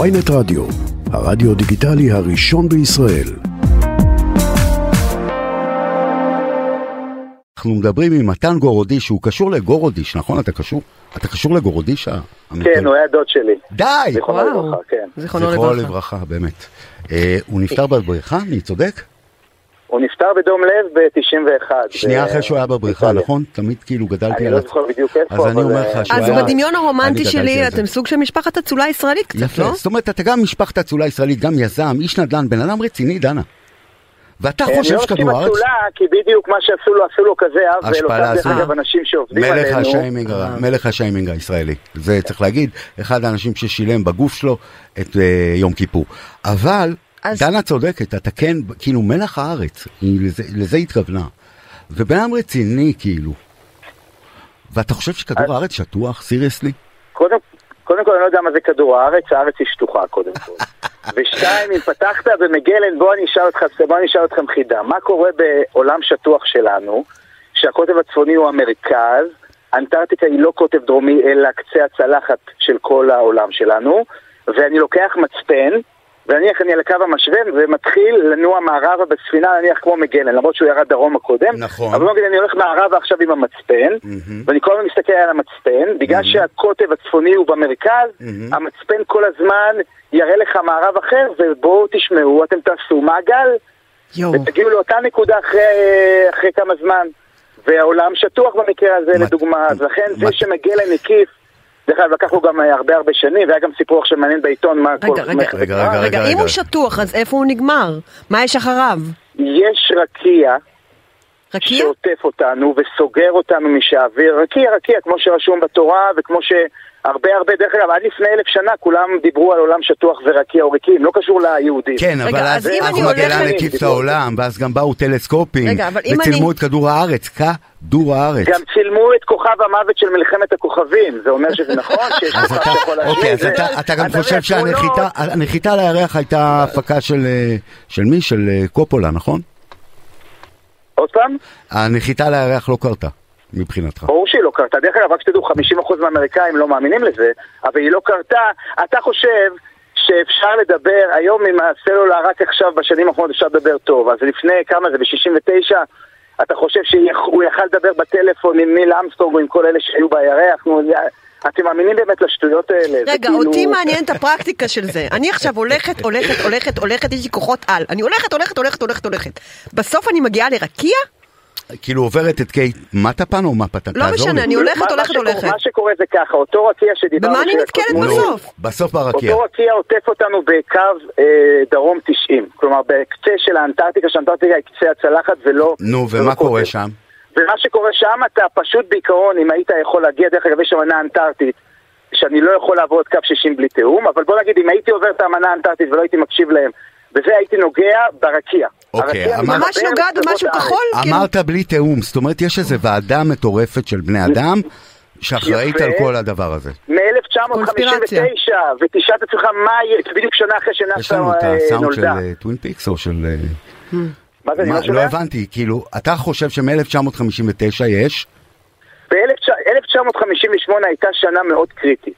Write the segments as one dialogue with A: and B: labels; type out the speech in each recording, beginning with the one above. A: ויינט רדיו, הרדיו דיגיטלי הראשון בישראל.
B: אנחנו מדברים עם מתן גורודיש, שהוא קשור לגורודיש, נכון? אתה קשור? אתה קשור לגורודיש? ה- המתל?
C: כן, הוא היה דוד שלי.
B: די!
C: זיכרונו לברכה, כן.
B: זיכרונו
D: זיכרונו
B: לברכה.
D: לברכה.
B: באמת. אה, הוא נפטר בבריכה? אני צודק?
C: הוא נפטר בדום לב ב-91.
B: שנייה אחרי שהוא היה בבריכה, נכון? תמיד כאילו גדלתי
C: אה, אני
B: עליו.
C: לא זוכר בדיוק איפה,
B: אז אני
C: אבל,
B: אומר
C: אה,
B: לך שהוא
D: אז
B: היה...
D: בדמיון הרומנטי
B: אני
D: שלי
B: גדלתי על זה.
D: אתם סוג של משפחת אצולה ישראלית קצת,
B: יפה,
D: לא?
B: זאת אומרת, אתה גם משפחת אצולה ישראלית, גם יזם, איש נדל"ן, בן אדם רציני, דנה. ואתה
C: אני
B: חושב
C: לא עושים
B: שכדור הארץ...
C: אצולה, כי בדיוק מה שעשו לו, עשו לו כזה עוול,
B: השפלה,
C: אותם דרך
B: אה.
C: אגב אנשים שעובדים
B: מלך
C: עלינו.
B: השיימינג,
D: אה.
B: ה- מלך השיימינג הישראלי, זה צריך להגיד, אחד האנשים ששילם בגוף שלו את אה, יום כיפור. אבל,
D: אז-
B: דנה צודקת, אתה כן, כאילו מלח הארץ, היא לזה- לזה היא התכוונה. ובן אדם רציני, כאילו. ואתה חושב שכדור הארץ שטוח, סיריוסלי?
C: קודם, קודם כל, אני לא יודע מה זה כדור הארץ, הארץ היא שטוחה קודם כל. ושתיים, אם פתחת במגלן, בוא אני אשאל אותך, בוא אני אשאל אתכם חידה. מה קורה בעולם שטוח שלנו, שהקוטב הצפוני הוא המרכז, אנטארקטיקה היא לא קוטב דרומי, אלא קצה הצלחת של כל העולם שלנו, ואני לוקח מצפן, ונניח אני על הקו המשווה, ומתחיל לנוע מערבה בספינה, נניח כמו מגלן, למרות שהוא ירד דרומה קודם.
B: נכון.
C: אבל בוא נגיד, אני הולך מערבה עכשיו עם המצפן,
B: מהמם.
C: ואני כל הזמן מסתכל על המצפן, בגלל שהקוטב הצפוני הוא במרכז,
B: Mhm.
C: המצפן כל הזמן יראה לך מערב אחר, ובואו תשמעו, אתם תעשו מעגל,
D: יואו.
C: ותגיעו לאותה נקודה אחרי, אחרי כמה זמן. והעולם שטוח במקרה הזה,
B: מת-
C: לדוגמה, אז לכן
B: מת-
C: זה שמגלן הקיף, דרך אגב, לקח לו גם אה, הרבה הרבה שנים, והיה גם סיפור עכשיו מעניין בעיתון, מה כל...
D: רגע, רגע,
C: מה-
B: רגע, רגע,
D: רגע, אם
B: רגע.
D: הוא שטוח, אז איפה הוא נגמר? מה יש אחריו?
C: יש רקיע,
B: כן.
D: רקיע?
C: שעוטף אותנו וסוגר אותנו משאוויר. רקיע, רקיע, כמו שרשום בתורה, וכמו שהרבה הרבה, דרך אגב, עד לפני אלף שנה כולם דיברו על עולם שטוח ורקיע או ריקים, לא קשור ליהודים.
B: כן,
D: רגע,
B: אבל אז
D: אז אם אני
B: אחמד
D: הולכת-
B: אילן הקיף את העולם, ואז גם באו טלסקופים,
D: רגע, אבל אם
B: וצילמו
D: אני-
B: את כדור הארץ, כדור הארץ.
C: גם צילמו את כוכב המוות של מלחמת הכוכבים, זה אומר שזה נכון שיש
B: אז
C: כוכב
B: אתה,
C: שיכול להשאיר
B: אוקיי,
C: את
B: אז
C: זה.
B: אתה, אתה גם
C: אתה
B: חושב
C: יודע, לא- תמונות-
B: שהנחיתה הנחיתה על הירח הייתה הפקה של, אה, של מי? של אה, קופולה, נכון?
C: עוד פעם?
B: הנחיתה על הירח לא קרתה, מבחינתך.
C: ברור שהיא לא קרתה. דרך אגב, רק שתדעו, 50% מהאמריקאים לא מאמינים לזה, אבל היא לא קרתה. אתה חושב שאפשר לדבר, היום עם הסלולר, רק עכשיו, בשנים האחרונות אפשר לדבר טוב. אז לפני, כמה זה, ב-69? אתה חושב שהוא יכל לדבר בטלפון עם ניל אמסטרונג או עם כל אלה שהיו בירח? נו, זה- אתם מאמינים באמת לשטויות האלה? זה
D: רגע,
C: כאילו-
D: אותי מעניינת הפרקטיקה של זה. אני עכשיו הולכת, הולכת, הולכת, הולכת, יש לי כוחות על. אני הולכת, הולכת, הולכת, הולכת, הולכת. בסוף אני מגיעה לרקיע?
C: לא.
B: כאילו עוברת את קיי מטפן או מפתן?
D: לא
B: תעזור
D: משנה,
B: לי.
D: אני הולכת,
C: מה- מה
D: הולכת,
C: שקורה-
D: הולכת.
C: מה שקורה זה ככה, אותו רקיע שדיברנו...
D: במה אני
C: של
D: נתקלת
C: הקודמות-
B: נו,
D: בסוף.
B: בסוף ברקיע.
C: אותו רקיע עוטף אותנו בקו אה, דרום 90, כלומר בקצה של האנטארקטיקה, שהאנטארקטיקה היא קצה הצלחת ולא...
B: נו,
C: ולא
B: ומה
C: קוטב.
B: קורה שם?
D: כן,
C: ומה שקורה שם, אתה פשוט בעיקרון, אם היית יכול להגיע, דרך אגב, יש שם מנה אנטארקטית, שאני לא יכול לעבור את קו 60 בלי תיאום, אבל בוא נגיד, אם הייתי עובר את המנה האנטארקטית ולא הייתי מקשיב להם, בזה הייתי נוגע ברקיע.
B: אוקיי,
C: הרקיע
B: אמרת-
C: מתחבר
D: ממש נוגעת
C: לסביבות
D: במשהו
C: הארץ.
D: כחול? כאילו-
B: אמרת בלי תיאום, זאת אומרת יש איזו ועדה מטורפת של בני אדם שאחראית
C: יפה.
B: על כל הדבר הזה.
C: מ-1959, ותשאל את עצמך מה יהיה, זה בדיוק שנה אחרי
B: יש
C: שנאס"א
B: לנו את
C: אה,
B: הסאונד של
C: נולדה.
B: אה, טווין פיקס או של... אה,
C: מה זה, אני
B: מה,
C: לא
B: לא
C: שומע?
B: הבנתי, כאילו, אתה חושב שמ-1959 יש?
C: ב-1958 הייתה שנה מאוד קריטית.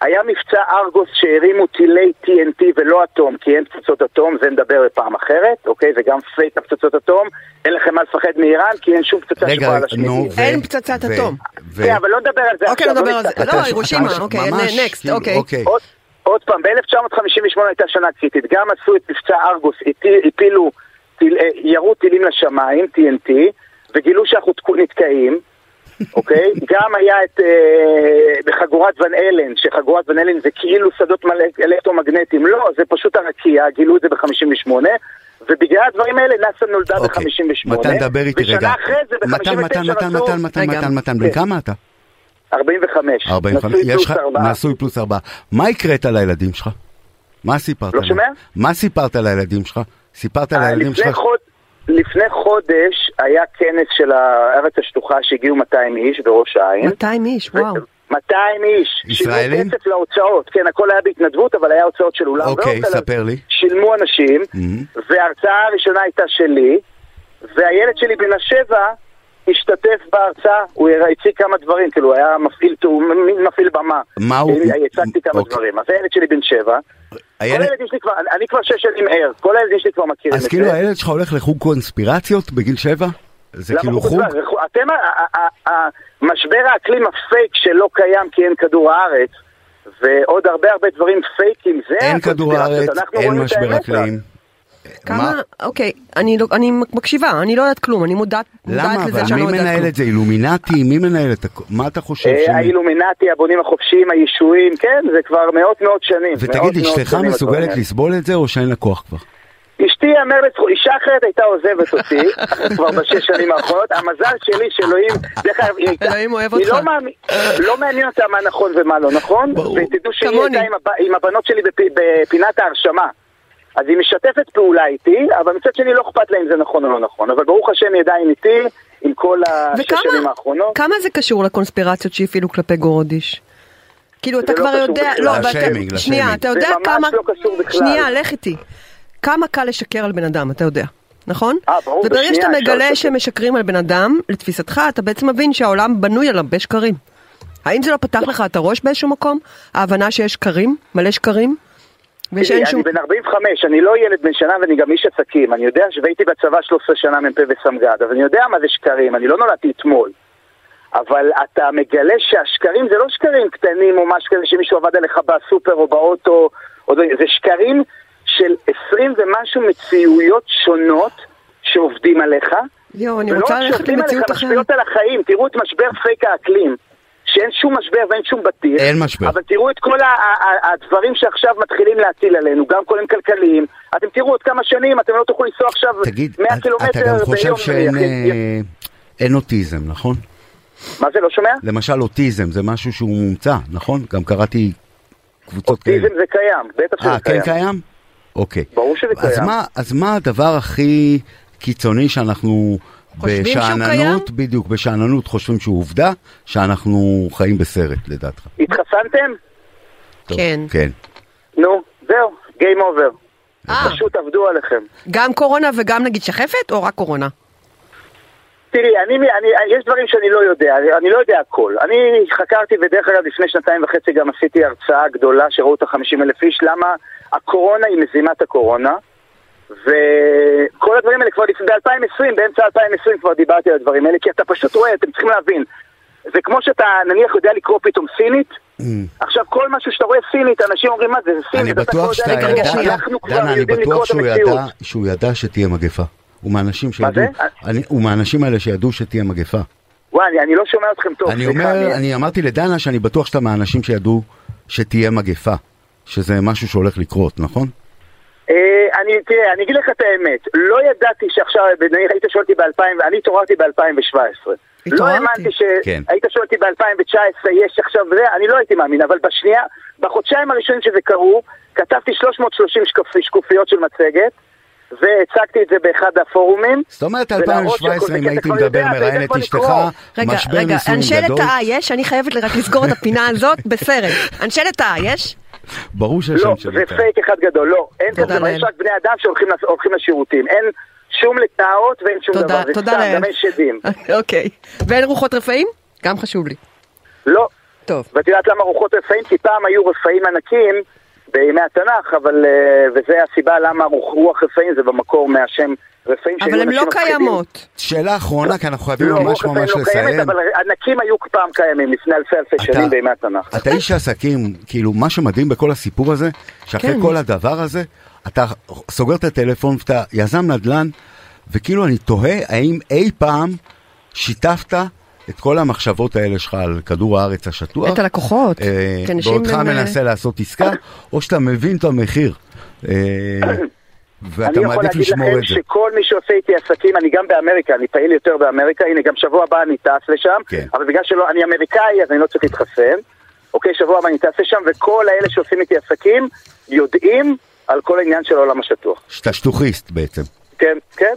C: היה מבצע ארגוס שהרימו טילי TNT ולא אטום, כי אין פצצות אטום, זה נדבר בפעם אחרת, אוקיי? זה גם פייק הפצצות אטום, אין לכם מה לפחד מאיראן, כי אין שום פצצה
B: רגע,
C: שיכולה להשמיד.
B: נו, ו...
D: אין פצצת
B: ו-
D: אטום.
B: ו-
C: כן, אבל לא נדבר על זה
D: אוקיי, לא נדבר על זה.
C: נסתכל.
D: לא,
B: אתה-
D: הירושימה,
B: אתה
D: אוקיי,
B: ממש,
D: נה, next,
B: כאילו,
D: אוקיי.
C: עוד, עוד פעם, ב-1958 הייתה שנה קריטית, גם עשו את מבצע ארגוס, הטיל- הפילו, טיל, אה, ירו טילים לשמיים, TNT, וגילו שאנחנו תקו- נתקעים, אוקיי? גם היה את אה, בחגורת ון אלן, שחגורת ון אלן זה כאילו שדות מלא- אלקטרומגנטיים, לא, זה פשוט הרקיע, גילו את זה ב-58. ובגלל הדברים האלה נאס"א נולדה
B: אוקיי.
C: ב-58,
B: מתן, דבר איתי רגע.
C: ושנה אחרי זה ב-59
B: מתן, מתן, מתן, מתן, מתן,
D: רגע.
B: מתן, מתן, בן
C: כן.
B: כמה אתה?
C: 45,
B: 45.
C: נשוי
B: יש
C: פלוס
B: לך-
C: ארבעה.
B: נשוי פלוס ארבעה. מה הקראת לילדים שלך? מה סיפרת
C: לא
B: להם?
C: שומע?
B: מה סיפרת לילדים שלך? סיפרת
C: אה,
B: לילדים
C: לפני
B: שלך?
C: חוד- לפני חודש היה כנס של הארץ השטוחה שהגיעו 200 איש בראש העין.
D: 200 איש, וואו.
C: 200 איש.
B: ישראלים?
C: שילמו כסף להוצאות, כן, הכל היה בהתנדבות, אבל היה הוצאות של אולם.
B: אוקיי,
C: והוצאות.
B: ספר לי.
C: שילמו אנשים,
B: Mhm.
C: וההרצאה הראשונה הייתה שלי, והילד שלי בן השבע השתתף בהרצאה, הוא הראה- הציג כמה דברים, כאילו, הוא היה מפעיל תאום, מין מפעיל במה.
B: מה הוא-
C: אני- הצגתי כמה
B: אוקיי.
C: דברים. אז הילד שלי בן שבע, כל
B: הילד-
C: הילדים שלי כבר, אני- אני כבר שש שנים ער, כל הילדים שלי כבר מכירים את זה.
B: אז כאילו הילד שלך הולך לחוג קונספירציות בגיל שבע? זה
C: למה
B: כאילו
C: הוא
B: חוג?
C: בכלל? רכו- אתם, ה- ה- ה- משבר האקלים הפייק שלא קיים כי אין כדור הארץ, ועוד הרבה הרבה דברים פייקים, זה
B: אין
C: הקונספירציות.
B: כדור הארץ,
C: אנחנו
B: אין
C: רואים את
B: משבר
C: האמת
B: אקלים.
D: כמה, אוקיי, אני לא- אני מקשיבה, אני לא יודעת כלום, אני מודעת מודעת
B: למה
D: לזה
B: אבל?
D: שאני
B: מי
D: לא יודעת
B: מנהל
D: כלום.
B: את זה? אילומינטי? מי מנהל את הכל? מה אתה חושב?
C: אה,
B: שמי-
C: האילומינטי, הבונים החופשיים, הישועים, כן, זה כבר מאות מאות שנים. מאות,
B: ותגיד,
C: מאות
B: אשתך
C: שנים הדברים
B: מסוגלת
C: האלה.
B: לסבול את זה או שאין לה כוח כבר?
C: כן, אשתי יאמר לזכות, אישה אחרת הייתה עוזבת אותי, כבר בשש שנים האחרונות, המזל שלי שאלוהים, דרך אגב, היא הייתה,
D: אלוהים אוהב
C: היא
D: אותך.
C: לא מאמין, לא מעניין אותה מה נכון ומה לא נכון,
B: ברור.
C: ותדעו שהיא
D: כמוני.
C: הייתה עם הב- עם הבנות שלי בפ- בפינת ההרשמה. אז היא משתפת פעולה איתי, אבל מצד שני לא אכפת לה אם זה נכון או לא נכון, אבל ברוך השם היא עדיין איתי, עם כל השש שנים
D: וכמה
C: האחרונות.
D: כמה זה קשור לקונספירציות שהפעילו כלפי גורדיש? כאילו אתה
C: לא
D: כבר
C: קשור
D: יודע,
C: בכלל.
D: לא, אבל
B: לשיימינג,
D: אתה, שנייה,
B: לשיימינג.
D: אתה יודע
C: זה ממש
D: כמה,
C: לא קשור בכלל.
D: שנייה, לך איתי, כמה קל לשקר על בן אדם, אתה יודע, נכון?
C: אה, ברור,
D: וברגע
C: בשנייה
D: שאתה
C: אפשר
D: מגלה
C: לשקר.
D: שמשקרים על בן אדם, לתפיסתך, אתה בעצם מבין שהעולם בנוי עליו בשקרים. האם זה לא פתח לך את הראש באיזשהו מקום? ההבנה שיש שקרים, מלא שקרים? ושאין
C: תראי,
D: שום...
C: אני בן 45, אני לא ילד בן שנה ואני גם איש עסקים. אני יודע ש... והייתי בצבא 13 שנה מ"פ וסמג"ד, אז אני יודע מה זה שקרים, אני לא נולדתי אתמול. אבל אתה מגלה שהשקרים זה לא שקרים קטנים או משהו כזה שמישהו עבד עליך בסופר או באוטו, או... זה זה שקרים של 20 ומשהו מציאויות שונות שעובדים עליך.
D: יואו, אני
C: ולא
D: רוצה
C: רק
D: ללכת
C: שעובדים עליך,
D: למציאות אחרת.
C: משפיעות על החיים. תראו את משבר פייק האקלים, שאין שום משבר ואין שום בטיח.
B: אין משבר.
C: אבל תראו את כל ה- ה- ה- הדברים שעכשיו מתחילים להטיל עלינו, גם כוללים כלכליים. אתם תראו עוד כמה שנים, אתם לא תוכלו לנסוע עכשיו
B: תגיד,
C: 100
B: אתה-
C: קילומטר
B: אתה גם חושב
C: ביום.
B: שאין
C: יחיד-
B: אה, אין אוטיזם, נכון?
C: מה זה, לא שומע?
B: למשל אוטיזם זה משהו שהוא מומצא, נכון? גם קראתי קבוצות כאלה.
C: אוטיזם זה קיים, בטח שזה
B: כן. אה, כן קיים? אוקיי.
C: ברור שזה
B: אז
C: קיים.
B: מה, אז מה הדבר הכי קיצוני שאנחנו
D: חושבים שהוא
B: בשאננות, בדיוק, בשאננות חושבים שהוא עובדה, שאנחנו חיים בסרט, לדעתך.
C: התחסנתם?
B: טוב,
D: כן.
B: כן.
C: נו, זהו, Game over.
D: אה.
C: פשוט עבדו עליכם.
D: גם קורונה וגם נגיד שחפת, או רק קורונה?
C: תראי, אני, אני, יש דברים שאני לא יודע, אני, אני לא יודע הכל. אני חקרתי, ודרך אגב, לפני שנתיים וחצי גם עשיתי הרצאה גדולה שראו אותה 50 אלף איש, למה הקורונה היא מזימת הקורונה, וכל הדברים האלה כבר לפני, ב-2020, באמצע 2020 כבר דיברתי על הדברים האלה, כי אתה פשוט רואה, אתם צריכים להבין, זה כמו שאתה נניח יודע לקרוא פתאום סינית, עכשיו כל משהו שאתה רואה סינית, אנשים אומרים מה זה, זה סינית,
B: Mm. אני
C: ואתה כבר
B: בטוח שאתה
C: יודע לקרוא,
D: רגע,
B: ידעת,
D: שנייה.
C: אנחנו כבר
B: דנה, אני
C: יודעים לקרוא
B: בטוח
C: את
B: שהוא
C: המציאות.
B: ידע, שהוא ידע שתהיה מגפה. הוא מהאנשים שידעו,
C: זה?
B: אני- הוא מהאנשים האלה שידעו שתהיה מגפה.
C: וואי, אני- אני לא שומע אתכם טוב,
B: אני
C: סליחה,
B: אומר, אני אמרתי לדנה שאני בטוח שאתה מהאנשים שידעו שתהיה מגפה, שזה משהו שהולך לקרות, נכון?
C: אה, אני, תראה, אני אגיד לך את האמת, לא ידעתי שעכשיו, נניח היית שואל אותי ב-2000, אני התעוררתי ב-2017. לא
D: התעוררתי.
C: האמנתי ש...
B: כן.
C: היית שואל אותי ב-2019, יש עכשיו זה, אני לא הייתי מאמין, אבל בשנייה, בחודשיים הראשונים שזה קרו, כתבתי 330 שקופ... שקופיות של מצגת, והצגתי את זה באחד הפורומים.
B: זאת אומרת,
C: ולהראות
B: 2017,
C: שהכל-
B: אם
C: כי אתה
B: הייתי
C: כבר
B: מדבר,
C: יודע, אתה יודע
B: מראיין את
C: כבר
B: אשתך,
C: לקרוא.
D: רגע,
B: משבר
D: רגע,
B: נישואים
D: אנשי
B: גדול.
D: לטאה יש? אני חייבת רק לסגור את הפינה הזאת בסרט. אנשי לטאה יש?
C: כן,
B: ברור שיש
C: לא,
B: אנשי
C: זה
B: לטאה.
C: פייק אחד גדול, לא, אין
D: תודה
C: כזה, דבר,
D: לאל.
C: יש רק בני אדם שהולכים לס- הולכים לשירותים, אין שום לטאות ואין שום
D: תודה,
C: דבר, זה
D: תודה
C: סתם,
D: לאל.
C: גם אין שדים.
D: אוקיי. ואין רוחות רפאים? גם חשוב לי.
C: לא,
D: טוב.
C: ואת יודעת למה רוחות רפאים? כי פעם היו רפאים ענקים בימי התנ"ך, אבל... אה, וזה הסיבה למה רוח, רוח רפאים זה במקור מהשם רפאים. שהיו
D: אבל הן לא
C: אנשים מפחידים.
D: קיימות.
B: שאלה אחרונה, כי אנחנו חייבים
C: לא,
B: ממש
C: רוח רפאים
B: ממש
C: לא קיימת,
B: לסיים.
C: אבל ענקים היו פעם קיימים, לפני אלפי אלפי שנים בימי התנ"ך.
B: אתה איש עסקים, כאילו, מה שמדהים בכל הסיפור הזה, שאחרי
D: כן.
B: כל הדבר הזה, אתה סוגר את הטלפון ואתה יזם נדל"ן, וכאילו אני תוהה האם אי פעם שיתפת את כל המחשבות האלה שלך על כדור הארץ השטוח.
D: את הלקוחות.
B: אה,
D: כי אנשים
B: בעודך
D: הם, אה,
B: מנסה לעשות עסקה, או שאתה מבין את המחיר. אה, ואתה
C: אני יכול
B: מעדיף
C: להגיד
B: לשמור
C: לכם
B: את זה.
C: שכל מי שעושה איתי עסקים, אני גם באמריקה, אני פעיל יותר באמריקה, הנה גם שבוע הבא אני טס לשם,
B: כן.
C: אבל בגלל שלא, אני אמריקאי אז אני לא צריך להתחסן, אוקיי, שבוע הבא אני טס לשם, וכל האלה שעושים איתי עסקים יודעים על כל העניין של העולם השטוח.
B: שאתה שטוחיסט בעצם.
C: כן, כן.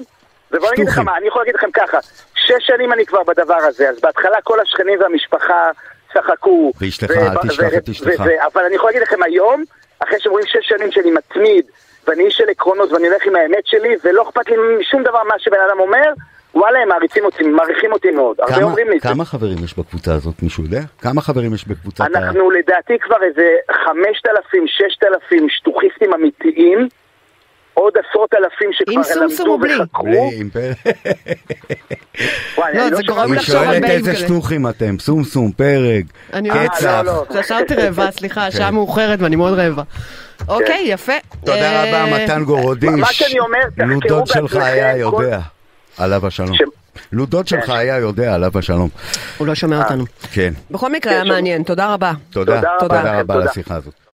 C: ובוא אני אגיד לך
B: שטוחים.
C: מה, אני יכול להגיד לכם ככה, שש שנים אני כבר בדבר הזה, אז בהתחלה כל השכנים והמשפחה צחקו.
B: ואשתך,
C: ו-
B: אל תשכח
C: ו-
B: את אשתך.
C: ו- ו- אבל אני יכול להגיד לכם היום, אחרי שהם רואים שש שנים שאני מתמיד, ואני איש של עקרונות ואני הולך עם האמת שלי, ולא אכפת לי משום דבר מה שבן אדם אומר, וואלה, הם מעריצים אותי, מעריכים אותי מאוד. הרבה
B: כמה,
C: אומרים לי את זה.
B: כמה חברים יש בקבוצה הזאת? מישהו יודע? כמה חברים יש בקבוצת ה...
C: אנחנו לדעתי כבר איזה 5,000, 6,000 שטוחיסטים אמיתיים, עוד עשרות אלפים
D: עם
C: שכבר
D: סומסום
C: למדו
D: ובלי.
C: וחקרו.
B: בלי אימפריה.
C: וואי,
D: לא,
C: אני
D: זה
C: שמעתי.
D: גורם
B: היא
D: לחשוב על
B: שואלת
D: באיים
B: איזה
D: כאלה.
B: שטוחים אתם, סום סום, פרק,
D: אני אוהבת-
B: קצב. אוקיי.
C: לא, לא.
D: זה השארתי רעבה, סליחה, השעה מאוחרת ואני מאוד רעבה.
C: כן.
D: אוקיי, יפה.
B: תודה
D: אה,
B: רבה, מתן גורודיש.
C: מה שאני אומר, תחקרו
B: לו דוד שלך
C: בעצמכם
B: היה
C: כל-
B: יודע, עליו השלום.
C: ש-
B: לו דוד שלך היה יודע, עליו השלום.
D: הוא לא שומע אותנו.
B: כן,
D: בכל מקרה היה
C: אה. כן, שומע.
D: מעניין, תודה רבה.
B: תודה.
C: תודה רבה
B: תודה
C: לכם,
B: רבה על
C: תודה.
B: השיחה הזאת.